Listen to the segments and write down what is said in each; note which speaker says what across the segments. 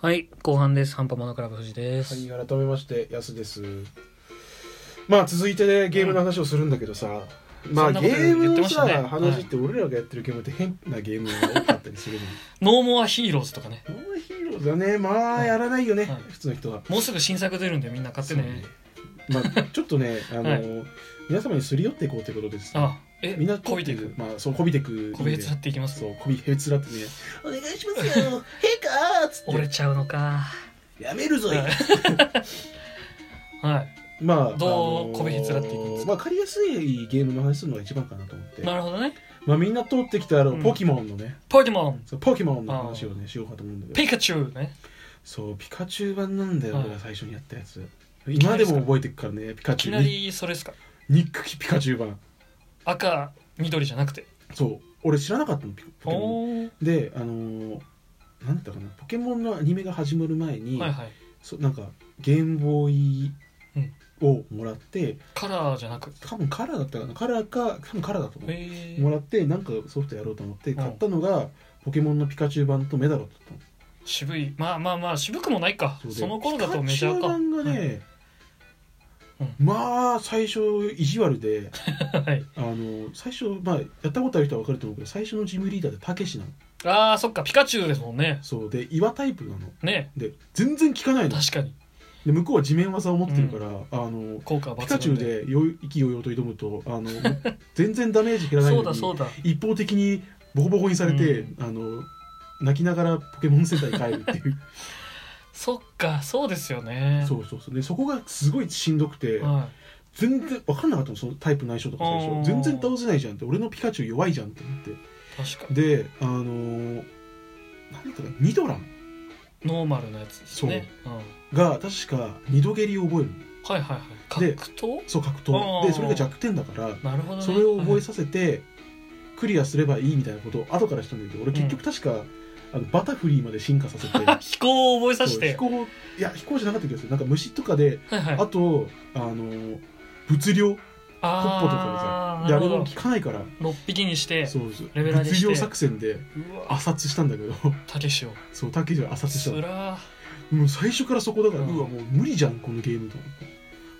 Speaker 1: はい、後半です。ハンパモノクラブ藤井です。
Speaker 2: はい、改めまして、やすです。まあ、続いてね、ゲームの話をするんだけどさ、ま
Speaker 1: そ
Speaker 2: あ、
Speaker 1: んな
Speaker 2: ゲ
Speaker 1: こと
Speaker 2: ーム
Speaker 1: 言って
Speaker 2: の
Speaker 1: まし
Speaker 2: さ、
Speaker 1: たね
Speaker 2: 話って、俺らがやってるゲームって変なゲームが多かったりするじ
Speaker 1: ノーモアヒーローズとかね。
Speaker 2: ゃん。ノーヒーローだね、まあ、やらないよね、
Speaker 1: はい
Speaker 2: 普通の人は。
Speaker 1: もうすぐ新作出るんでみんな買ってね。
Speaker 2: そうねまあ、ちょっとね、あの、
Speaker 1: は
Speaker 2: 皆様にすり寄っていこうということです、
Speaker 1: あ、え、
Speaker 2: みんな
Speaker 1: こびていく。
Speaker 2: まあ、そう、こびてく。
Speaker 1: こびへつらっていきます。
Speaker 2: そう、こびへつらってね、お願いします よ、陛下ーっつっ
Speaker 1: 折れちゃうのか。
Speaker 2: て、やめるぞい
Speaker 1: は。はい。
Speaker 2: まあ、
Speaker 1: どう
Speaker 2: あのー
Speaker 1: こびへつらっていくんですか
Speaker 2: まあ、借りやすいゲームの話するのが一番かなと思って。
Speaker 1: なるほどね。
Speaker 2: まあ、みんな通ってきたあの
Speaker 1: うん
Speaker 2: ポケモンのね、
Speaker 1: ポケモン、
Speaker 2: そうポケモンの話をねしようかと思うんだけど
Speaker 1: ピカチュウね。
Speaker 2: そうピカチュウ版なんだよ、
Speaker 1: はい
Speaker 2: 俺が最初にやったやつ今でも覚えてるからねピカ
Speaker 1: いき
Speaker 2: チ
Speaker 1: な
Speaker 2: ュウ
Speaker 1: りそれですか。
Speaker 2: ニックキピカチュウ版
Speaker 1: 赤、緑じゃなくて。
Speaker 2: そう俺知らなかったのピポケモ
Speaker 1: おー。
Speaker 2: ンであのー、なんだったかなポケモンのアニメが始まる前に、
Speaker 1: はいはい。
Speaker 2: そうなんかゲームボーイをもらって
Speaker 1: カラーじゃなく。
Speaker 2: 多分カラーだったかなカラーか多分カラーだと思う、
Speaker 1: え
Speaker 2: も
Speaker 1: ー、
Speaker 2: らってなんかソフトやろうと思って
Speaker 1: うん
Speaker 2: 買ったのが、ポケモンのピカチュウ版とメダロットだったの
Speaker 1: 渋い。まあまあまあ、渋くもないか。
Speaker 2: う
Speaker 1: そ
Speaker 2: で
Speaker 1: の頃だとメジャー
Speaker 2: ピカ
Speaker 1: か。
Speaker 2: チュウ版がね、
Speaker 1: うん
Speaker 2: まあ最初意地悪で
Speaker 1: はいはい。
Speaker 2: あの最初まあやったことある人は分かると思うけど最初のジムリーダーでたけしなの
Speaker 1: あー、そっか、ピカチュウですもんね。
Speaker 2: そうで岩タイプなの
Speaker 1: ね。
Speaker 2: で全然効かないの
Speaker 1: 確かに。
Speaker 2: で向こうは地面技を持ってるから、あの
Speaker 1: 効果は抜群
Speaker 2: ピカチュウでよい意気揚々と挑むとあの全然ダメージ減らない
Speaker 1: そう
Speaker 2: の
Speaker 1: だ
Speaker 2: に
Speaker 1: そうだ。
Speaker 2: 一方的にボコボコにされて、
Speaker 1: う
Speaker 2: あの泣きながらポケモンセンターに帰る っていう
Speaker 1: そっか、そうですよね。
Speaker 2: そうそうそうでそこがすごいしんどくて、
Speaker 1: は
Speaker 2: 全然分かんなかったのそのタイプの相性とか最
Speaker 1: あー
Speaker 2: 初全然倒せないじゃんって俺のピカチュウ弱いじゃんって思って
Speaker 1: い。確か。
Speaker 2: であのー、なんだったかなニドラン
Speaker 1: ノーマルなやつですね。うん。はい
Speaker 2: が確か二度蹴りを覚えるの
Speaker 1: はいはい。
Speaker 2: で
Speaker 1: 格闘
Speaker 2: そう格
Speaker 1: あ
Speaker 2: 闘
Speaker 1: ー
Speaker 2: でそれが弱点だから
Speaker 1: なるほどね。
Speaker 2: それを覚え
Speaker 1: さ
Speaker 2: させてクリアすればいいみたいなことを後からしたんだけど俺結局確か、あのバタフリーまで進化させて
Speaker 1: 飛行を覚えさせ
Speaker 2: そう
Speaker 1: て
Speaker 2: 飛。行いや飛行じゃなかったけどなんか虫とかで
Speaker 1: はいはい。
Speaker 2: あとあのー物量コッポとか
Speaker 1: あー
Speaker 2: で
Speaker 1: なる
Speaker 2: さあれ
Speaker 1: ほ
Speaker 2: も
Speaker 1: ど
Speaker 2: 効。かないから
Speaker 1: 六匹にして、
Speaker 2: そうそう
Speaker 1: レベル上げして
Speaker 2: 物量作戦で
Speaker 1: うわ、
Speaker 2: 圧殺したんだけど
Speaker 1: たけしを。
Speaker 2: そうタケシが圧殺した
Speaker 1: つ
Speaker 2: の
Speaker 1: らー
Speaker 2: もう最初からそこだから、
Speaker 1: う
Speaker 2: うんわもう無理じゃんこのゲームと思っ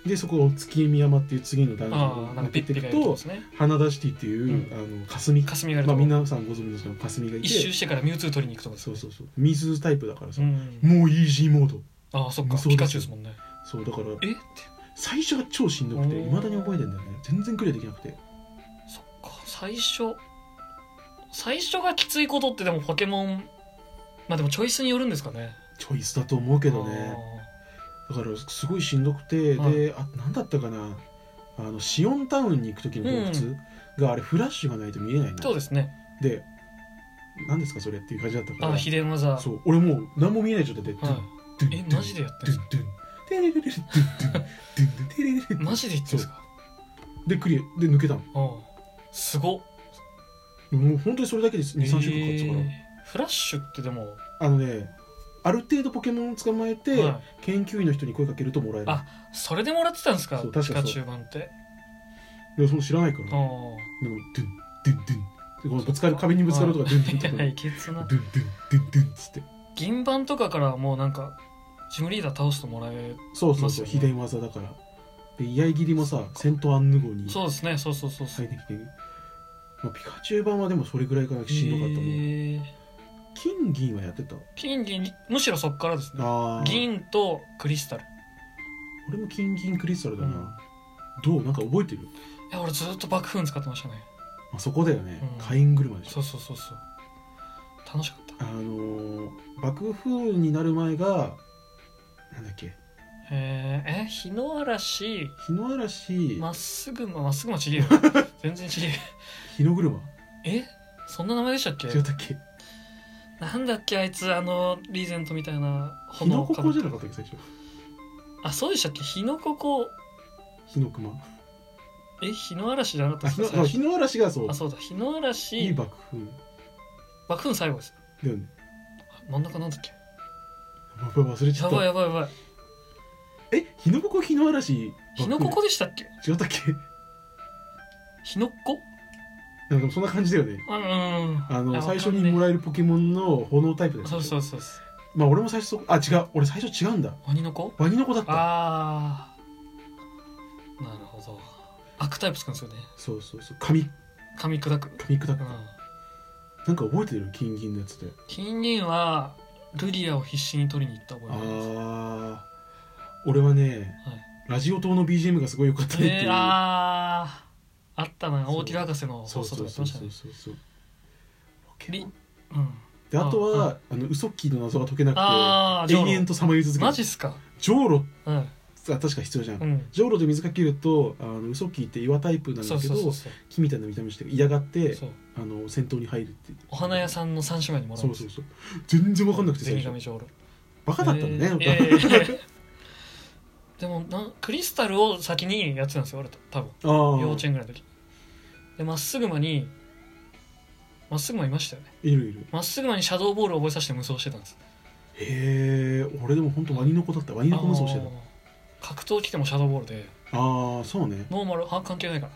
Speaker 2: てでそこを月見山っていう次の段階
Speaker 1: ああ、
Speaker 2: を
Speaker 1: なんか
Speaker 2: 抜
Speaker 1: ピ
Speaker 2: け
Speaker 1: ッ
Speaker 2: て
Speaker 1: ピ
Speaker 2: い
Speaker 1: が
Speaker 2: く
Speaker 1: いるとことですね。
Speaker 2: 花出してっていう、あの霞
Speaker 1: 霞がいる
Speaker 2: ま
Speaker 1: と
Speaker 2: あ
Speaker 1: こ
Speaker 2: 皆さんご存知のその霞がいて
Speaker 1: 一周してからミュウツー取りに行くとこです
Speaker 2: そ
Speaker 1: ね。
Speaker 2: うそうそう水タイプだからさ、
Speaker 1: うん。
Speaker 2: もうイージーモード
Speaker 1: ああ、そっか。
Speaker 2: 無双です
Speaker 1: ピカチュウですもんね。
Speaker 2: そうだから
Speaker 1: えって。
Speaker 2: 最初が超しんどくて
Speaker 1: おー
Speaker 2: いまだに覚えてんだよね全然クリアできなくて
Speaker 1: そっか。最初。最初がきついことってでもポケモン、まあでもチョイスによるんですかね。
Speaker 2: チョイスだと思うけどねだからすごいしんどくて、
Speaker 1: はい
Speaker 2: であなんだったかなあのシオンタウンに行く時の洞窟が、あれフラッシュがないと見えない
Speaker 1: あー。
Speaker 2: の
Speaker 1: そうですね。
Speaker 2: で何ですかそれっていう感じだったか
Speaker 1: あ
Speaker 2: ら
Speaker 1: あ、秘伝技。
Speaker 2: そう俺もう何も見えない状態で、
Speaker 1: はい。
Speaker 2: ドゥンド
Speaker 1: え
Speaker 2: ゥン
Speaker 1: マジでやってん
Speaker 2: ド
Speaker 1: す
Speaker 2: ゥ
Speaker 1: か
Speaker 2: ンドゥンテレレレレドゥンドゥンドゥンテレレレレ
Speaker 1: マジで言ってんすか
Speaker 2: でクリアで抜けたの
Speaker 1: うんすごっ
Speaker 2: もう本当にそれだけです23週間かかってたから、
Speaker 1: えーフラッシュってでも、
Speaker 2: あのねある程度ポケモンを捕まえて、
Speaker 1: は
Speaker 2: 研究員の人に声かけるともらえる
Speaker 1: あいそれでもらってたんですか
Speaker 2: そう
Speaker 1: 地
Speaker 2: 確か
Speaker 1: 下
Speaker 2: そう
Speaker 1: 中盤って
Speaker 2: でもその知らないから
Speaker 1: あ
Speaker 2: でも
Speaker 1: ー
Speaker 2: ドゥンドゥンドゥンでこのぶつかる壁にぶつかるとかドゥンドゥンとか
Speaker 1: いやいけつな
Speaker 2: ドゥンドゥンドゥンドゥンっつって
Speaker 1: 銀盤とかからはもうなんかジムリーダー倒してもらえ
Speaker 2: そうそうそ
Speaker 1: いますよ
Speaker 2: う、
Speaker 1: ね
Speaker 2: 秘伝技だからで居合切りもさ戦闘アンヌ号に
Speaker 1: そうですねそうそうそうそ
Speaker 2: 入
Speaker 1: う
Speaker 2: ってきて、まあ、ピカチュウ版はでもそれぐらいからしんどかったの、
Speaker 1: へー
Speaker 2: 金銀はやってた
Speaker 1: 金銀むしろそっからですね
Speaker 2: あー
Speaker 1: 銀とクリスタルい
Speaker 2: 俺も金銀クリスタルだな、どうなんか覚えてる、
Speaker 1: や俺ずっと爆風使ってましたね
Speaker 2: まあ、そこだよね、
Speaker 1: うん
Speaker 2: 火炎車でし
Speaker 1: そ
Speaker 2: ょ
Speaker 1: うそうそうそう楽しかった
Speaker 2: あのー、爆風になる前がなんだっけ
Speaker 1: えー、え日の嵐
Speaker 2: 日の嵐、
Speaker 1: まっすぐままっすぐもち げえよ全然ちげえ
Speaker 2: 日の車
Speaker 1: えそんな名前でしたっけ
Speaker 2: 違ったっけ
Speaker 1: なんだっけあいつあのリーゼントみたいな
Speaker 2: 日のこ
Speaker 1: かぶ
Speaker 2: こ
Speaker 1: っ
Speaker 2: じゃなかったっけ最初
Speaker 1: あそうでしたっけ日のここ
Speaker 2: 日の熊
Speaker 1: え日の嵐じゃなかった
Speaker 2: あ
Speaker 1: です
Speaker 2: 日
Speaker 1: か
Speaker 2: のあ
Speaker 1: 最初
Speaker 2: 日の嵐がそう
Speaker 1: あそうだ日の
Speaker 2: いい
Speaker 1: 嵐
Speaker 2: 爆風
Speaker 1: 爆風最後です
Speaker 2: だよね
Speaker 1: あ真ん中なんだっけ
Speaker 2: やばい忘れちゃ
Speaker 1: や
Speaker 2: っ
Speaker 1: ばい
Speaker 2: た
Speaker 1: やばいやばい
Speaker 2: え日のここ日の嵐
Speaker 1: 日のここでしたっけ
Speaker 2: 爆風違ったっけ
Speaker 1: 日のっこ
Speaker 2: でもでもそんな感じだよね
Speaker 1: あうん
Speaker 2: あ
Speaker 1: い
Speaker 2: の
Speaker 1: や
Speaker 2: 最初
Speaker 1: わかん
Speaker 2: に
Speaker 1: ね
Speaker 2: もらえるポケモンの炎タイプだよね
Speaker 1: そうそうそうそう
Speaker 2: まあ俺も最初そあ違う俺最初違うんだ
Speaker 1: 鬼の子
Speaker 2: ワニの子だった
Speaker 1: ああなるほど悪タイプつくんですよね
Speaker 2: そうそうそう紙
Speaker 1: 噛み砕く
Speaker 2: 紙砕
Speaker 1: う
Speaker 2: く
Speaker 1: ん
Speaker 2: なんか覚えてる金銀のやつで
Speaker 1: 金銀はルリアを必死に取りに行った覚えがあります
Speaker 2: あー俺はね、
Speaker 1: はい
Speaker 2: ラジオ塔の BGM がすごい良かったねってい
Speaker 1: え
Speaker 2: う、
Speaker 1: ー、あーあったな
Speaker 2: そう
Speaker 1: 大木博士の
Speaker 2: そう
Speaker 1: 放送
Speaker 2: そ
Speaker 1: とか
Speaker 2: う
Speaker 1: やって
Speaker 2: そ
Speaker 1: ま
Speaker 2: う
Speaker 1: したね
Speaker 2: そうそうそうポケモン
Speaker 1: うん
Speaker 2: であとはあのウソッキーの謎が解けな
Speaker 1: あー
Speaker 2: く
Speaker 1: ジョ
Speaker 2: て
Speaker 1: ーロ
Speaker 2: 永遠とさまよい続け
Speaker 1: マ
Speaker 2: る
Speaker 1: ジっすか
Speaker 2: ジョーロ
Speaker 1: うん
Speaker 2: が確か必要じゃん、
Speaker 1: うん
Speaker 2: ジョーロで水かけるとあのウソッキーって岩タイプなん
Speaker 1: そ
Speaker 2: だ
Speaker 1: う
Speaker 2: け
Speaker 1: そ
Speaker 2: ど
Speaker 1: うそうそう
Speaker 2: 木みたいな見た目して嫌がって
Speaker 1: そう
Speaker 2: あの戦闘に入るっていう
Speaker 1: お花屋さんの三姉妹にもら
Speaker 2: そうそうそう全然分かんなくて
Speaker 1: ゼ
Speaker 2: 最
Speaker 1: ニガメ
Speaker 2: 初
Speaker 1: ジョーロ
Speaker 2: バカだったんだね、
Speaker 1: えーいやいやいや でもなんクリスタルを先にやってたんですよ俺と多分
Speaker 2: ああ
Speaker 1: 幼稚園ぐらいの時でまっすぐ間にまっすぐ間いましたよね
Speaker 2: いるいる
Speaker 1: まっすぐ間にシャドーボールを覚えさせて無双してたんです
Speaker 2: へえ俺でも本当ワニの子だったワニの子無双して
Speaker 1: あ
Speaker 2: た
Speaker 1: のー格闘来てもシャドーボールで
Speaker 2: ああそうね
Speaker 1: ノーマルは関係ないか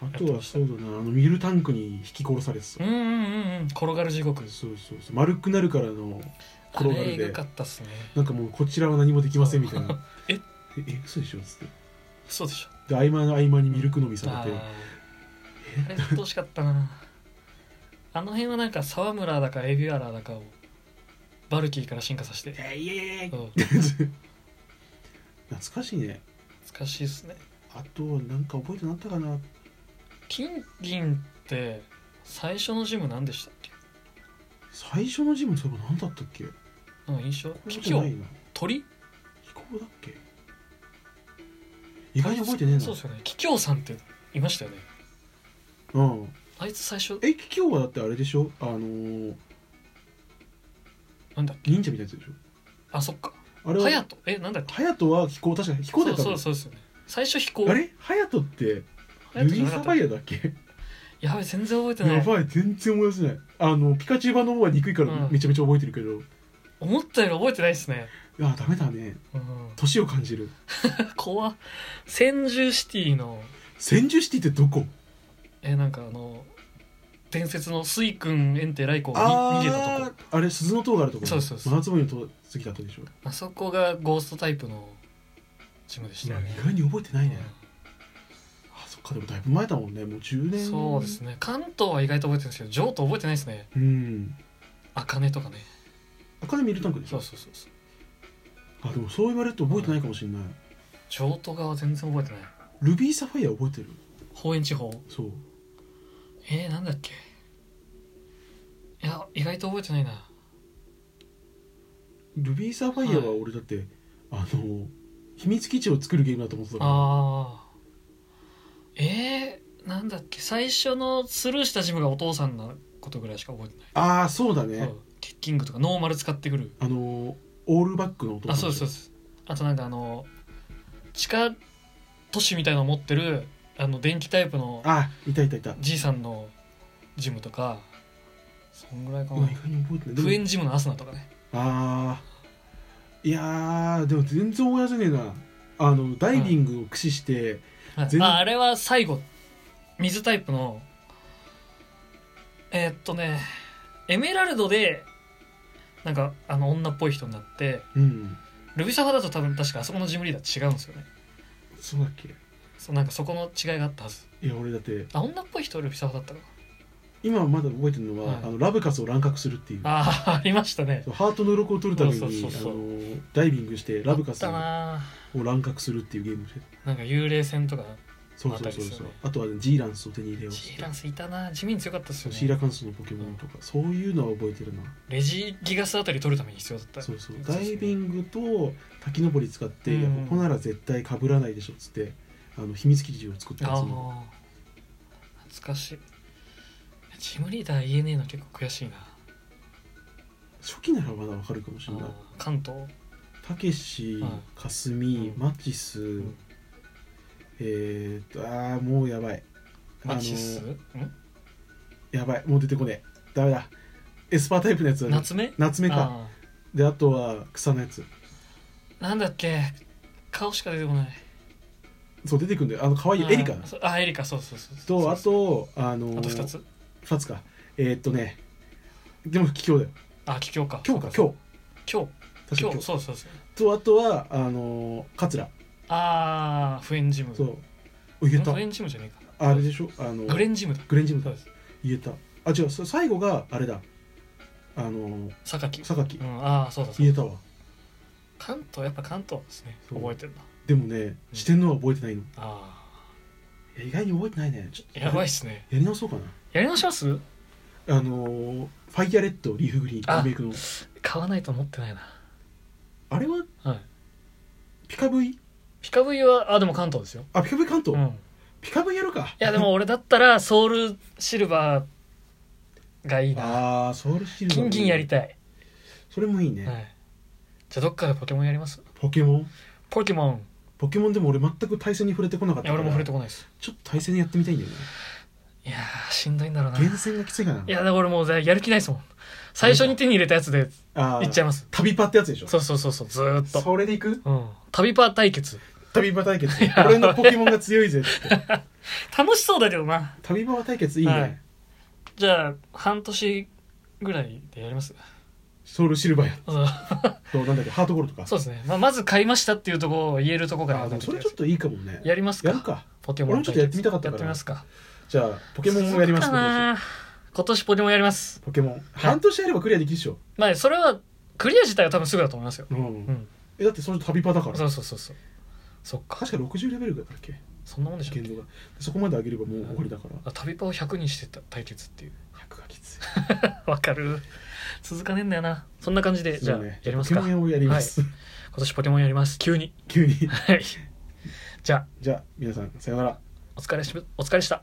Speaker 1: ら
Speaker 2: あとはそうだなあのミルタンクに引き殺されてた
Speaker 1: うんうんうんうん転がる地獄
Speaker 2: そうそうそう丸くなるからの
Speaker 1: あ
Speaker 2: 転が
Speaker 1: れ
Speaker 2: る
Speaker 1: エグ
Speaker 2: で
Speaker 1: かったっすね
Speaker 2: なんかもうこちらは何もできませんみたいな
Speaker 1: え
Speaker 2: ええ嘘でしょっつって
Speaker 1: そうでしょ
Speaker 2: で合間の合間にミルク飲みさ
Speaker 1: あ
Speaker 2: れて
Speaker 1: ーあれ鬱陶しかったなあの辺はなんか沢村だかエビアラーだかをバルキーから進化させて
Speaker 2: えいえいえい
Speaker 1: うん
Speaker 2: 懐かしいね
Speaker 1: 難しいっすね
Speaker 2: あとはなんか覚えてなかったかな
Speaker 1: 金銀って最初のジム何でしたっけ
Speaker 2: 最初のジムそういえば何だったっけ
Speaker 1: なんか印象
Speaker 2: 飛
Speaker 1: キ
Speaker 2: 行
Speaker 1: キ
Speaker 2: じゃない
Speaker 1: ョウ
Speaker 2: な
Speaker 1: 鳥
Speaker 2: 飛行だっけ意外に覚えてねえな
Speaker 1: そうですよねキキョウさんっていましたよね
Speaker 2: うん
Speaker 1: あいつ最初
Speaker 2: え企業はだってあれでしょあのー、
Speaker 1: なんだっけ
Speaker 2: 忍者みたいなやつでしょ
Speaker 1: あそっか
Speaker 2: あれは
Speaker 1: ハヤトえなんだっけ
Speaker 2: 隼人は飛行確か飛行
Speaker 1: そ
Speaker 2: だ
Speaker 1: う
Speaker 2: った
Speaker 1: そ
Speaker 2: の
Speaker 1: うそうですよね最初飛行
Speaker 2: あれ隼人って
Speaker 1: ハヤ
Speaker 2: ル
Speaker 1: トじ
Speaker 2: ビ
Speaker 1: ゃな
Speaker 2: ー
Speaker 1: か
Speaker 2: サ
Speaker 1: った
Speaker 2: ファイアだっけ
Speaker 1: やべ全然覚えてな
Speaker 2: や
Speaker 1: い
Speaker 2: ばい全然思い出せないあのピカチュウ版の方は憎いか
Speaker 1: う
Speaker 2: ら
Speaker 1: ん
Speaker 2: めちゃめちゃ覚えてるけど、
Speaker 1: 思ったより覚えてないですね
Speaker 2: ああダメだね
Speaker 1: うん
Speaker 2: 年を感じる
Speaker 1: 怖っ千住シティの
Speaker 2: 千住シティってどこ
Speaker 1: えなんかあの伝説の水君エンテライコが
Speaker 2: あ
Speaker 1: 逃げたと
Speaker 2: あ
Speaker 1: こ
Speaker 2: あれ鈴の塔があるとこ
Speaker 1: そうそうそう
Speaker 2: 真夏の塔次だったでしょ
Speaker 1: あそこがゴーストタイプのジムでし
Speaker 2: い
Speaker 1: た
Speaker 2: や
Speaker 1: よね
Speaker 2: 意外に覚えてないね、あそっかでもだいぶ前だもんねもう10
Speaker 1: うん
Speaker 2: 年
Speaker 1: そうですね関東は意外と覚えてるんですけど上都覚えてないですね
Speaker 2: うん
Speaker 1: 茜とかね
Speaker 2: 赤でミルタンクでし
Speaker 1: そ
Speaker 2: ょ
Speaker 1: うそうそうそう
Speaker 2: あでもそう言われると覚えてないかもしれない、
Speaker 1: 上都側は全然覚えてない
Speaker 2: ルビーサファイア覚えてる
Speaker 1: 方園地方
Speaker 2: そう
Speaker 1: えー、なんだっけいや意外と覚えてないな
Speaker 2: ルビーサファイアは俺だって、あの秘密基地を作るゲームだと思ってたから
Speaker 1: あーえー、なんだっけ最初のスルーしたジムがお父さんのことぐらいしか覚えてない
Speaker 2: ああーそうだね、
Speaker 1: そうキッキングとかノーマル使ってくる
Speaker 2: あのオールバックの男
Speaker 1: あそうですそう
Speaker 2: う
Speaker 1: ですあとなんかあの地下都市みたいなの持ってるあの電気タイプの
Speaker 2: あいたいたいた
Speaker 1: じいさんのジムとかそんぐらいか
Speaker 2: う
Speaker 1: な
Speaker 2: わ意外に覚えてないでも
Speaker 1: クエンジムのアスナとかね
Speaker 2: あーいやーでも全然思い出せねえなあのダイビングを駆使して、
Speaker 1: はい
Speaker 2: 全
Speaker 1: ああれは最後水タイプのえーっとねエメラルドでなんかあの女っぽい人になって
Speaker 2: うん
Speaker 1: ルビサファだと多分確かあそこのジムリーダー違うんですよね
Speaker 2: そうだっけ
Speaker 1: そうなんかそこの違いがあったはず
Speaker 2: いや俺だって
Speaker 1: あ女っぽい人はルビサファだったのか
Speaker 2: 今まだ覚えてるのは、
Speaker 1: はい
Speaker 2: あのラブカスを乱獲するっていう
Speaker 1: ああありましたね
Speaker 2: ハートの鱗を取るために
Speaker 1: そうそうそうそう
Speaker 2: あのダイビングしてラブカス
Speaker 1: あった
Speaker 2: を
Speaker 1: な
Speaker 2: 乱獲するっていうゲームで
Speaker 1: ーなんか幽霊船とか
Speaker 2: そうそうそ
Speaker 1: あった
Speaker 2: うそう
Speaker 1: りするね
Speaker 2: あとは、ね、ジーランスを手に入れようとし
Speaker 1: シー
Speaker 2: て
Speaker 1: ランスいたな地味に強かったっすよ
Speaker 2: シーラ
Speaker 1: ね
Speaker 2: カンスのポケモンとか、そういうのは覚えてるな、
Speaker 1: レジギガスあたり取るために必要だった
Speaker 2: そう
Speaker 1: そ
Speaker 2: そう
Speaker 1: うです
Speaker 2: ダ
Speaker 1: ね
Speaker 2: イビングと滝登り使って、
Speaker 1: うん
Speaker 2: やっぱここなら絶対かぶらないでしょっつってあの秘密基地を作ったや
Speaker 1: あ
Speaker 2: つ
Speaker 1: あ
Speaker 2: も
Speaker 1: 懐かしいチームリーダー言えねえの結構悔しいな
Speaker 2: 初期ならまだわかるかもしれない
Speaker 1: あー関東
Speaker 2: たけし
Speaker 1: うん
Speaker 2: かすみ
Speaker 1: うん
Speaker 2: マチス、
Speaker 1: ん
Speaker 2: えー、っとああもうやばい
Speaker 1: マチス
Speaker 2: あの
Speaker 1: ん
Speaker 2: やばいもう出てこねえダメだエスパータイプのやつだね
Speaker 1: 夏目
Speaker 2: 夏目か
Speaker 1: あ
Speaker 2: であとは草のやつ
Speaker 1: ーなんだっけ顔しか出てこない
Speaker 2: そう出てくるんだよあの可愛いエリカ
Speaker 1: あそうあエリカそうそうそうそう
Speaker 2: とあとあの
Speaker 1: あと2つ
Speaker 2: 2つかえーっとねでも今日だよ
Speaker 1: あ今日か
Speaker 2: 今日か今日
Speaker 1: 今日
Speaker 2: 確か
Speaker 1: 今
Speaker 2: 今
Speaker 1: 日
Speaker 2: 日
Speaker 1: そうそうそう
Speaker 2: とあとはあの桂
Speaker 1: ああフエンジム
Speaker 2: そうお言えた
Speaker 1: フエンジムじゃねえか
Speaker 2: あれでしょあの
Speaker 1: グレンジムだ
Speaker 2: グレンジム
Speaker 1: そ
Speaker 2: だ
Speaker 1: うです
Speaker 2: 言えたあ違うそ最後があれだあの
Speaker 1: 榊
Speaker 2: 榊
Speaker 1: うんああそうだそう
Speaker 2: 言
Speaker 1: だ
Speaker 2: えたわ
Speaker 1: 関東やっぱ関東ですね
Speaker 2: そう
Speaker 1: 覚えてるな
Speaker 2: でもね四天王は覚えてないの
Speaker 1: あ
Speaker 2: いや意外に覚えてないねちょっ
Speaker 1: あ
Speaker 2: と
Speaker 1: やばいっすね
Speaker 2: やり直そうかな
Speaker 1: やり直します
Speaker 2: あのーファイヤーレッドリーフグリーン
Speaker 1: あ
Speaker 2: リメイクの
Speaker 1: 買わないと思ってないな
Speaker 2: あれは
Speaker 1: はい
Speaker 2: ピカ V?
Speaker 1: ピカブイはあでも関東ですよ
Speaker 2: あピカ V 関東、
Speaker 1: うん
Speaker 2: ピカ V やるか
Speaker 1: いやでも俺だったらソウルシルバーがいいな
Speaker 2: ああソウルシールド
Speaker 1: 金銀やりたい、
Speaker 2: それもいいね、
Speaker 1: はい、じゃあどっかでポケモンやります
Speaker 2: ポケモン
Speaker 1: ポケモン
Speaker 2: ポケモンでも俺全く対戦に触れてこなかっ
Speaker 1: い
Speaker 2: た
Speaker 1: や
Speaker 2: から
Speaker 1: 俺も触れてこないです
Speaker 2: ちょっと対戦やってみたいんだよね
Speaker 1: いやーしんどいんだろうな
Speaker 2: 厳選がきついかない
Speaker 1: やだから俺もうやる気ないですもん最初に手に入れたやつで
Speaker 2: あ
Speaker 1: いっちゃい
Speaker 2: い
Speaker 1: ます
Speaker 2: 旅パってやつでしょ
Speaker 1: そうそうそうそうずーっと
Speaker 2: それでいく
Speaker 1: うん旅パー対決
Speaker 2: 旅パ対決
Speaker 1: いや
Speaker 2: 俺のポケモンが強いぜっつって
Speaker 1: 楽しそうだけどな
Speaker 2: 旅パ対決いいね、
Speaker 1: はいじゃあ半年ぐらいでやります
Speaker 2: ソウルシルバーや
Speaker 1: そう
Speaker 2: となんだっけハートゴールドか
Speaker 1: そうですね、まあ、まず買いましたっていうところを言えるところから
Speaker 2: あでもそれちょっといいかもね
Speaker 1: やりますか
Speaker 2: やるか
Speaker 1: ポケモン対決
Speaker 2: 俺もちょっとやってみたかった
Speaker 1: や
Speaker 2: から
Speaker 1: ってみますか
Speaker 2: じゃあポケモンもやります
Speaker 1: 続くか
Speaker 2: 今年
Speaker 1: な今年ポケモンやります
Speaker 2: ポケモン半年やればクリアできるでしょ、
Speaker 1: まあそれはクリア自体は多分すぐだと思いますよ
Speaker 2: うん
Speaker 1: うん
Speaker 2: えだってそれ旅パだから
Speaker 1: そうそうそうそうそっか
Speaker 2: 確か60レベルだったっけ
Speaker 1: そんなもんでしょ
Speaker 2: 限度がそこまで上げればもう終わりだから
Speaker 1: あ旅パを100にしてた対決 っていう
Speaker 2: 100がきつい
Speaker 1: わかる続かねえんだよなそんな感じでじゃあ
Speaker 2: そう
Speaker 1: や
Speaker 2: ね
Speaker 1: りますか
Speaker 2: ポケ
Speaker 1: 今
Speaker 2: モンをやります、
Speaker 1: 年ポケモンやります急に
Speaker 2: 急に
Speaker 1: はいじゃあ
Speaker 2: じゃあ皆さんさよなら
Speaker 1: お疲れしお疲れでした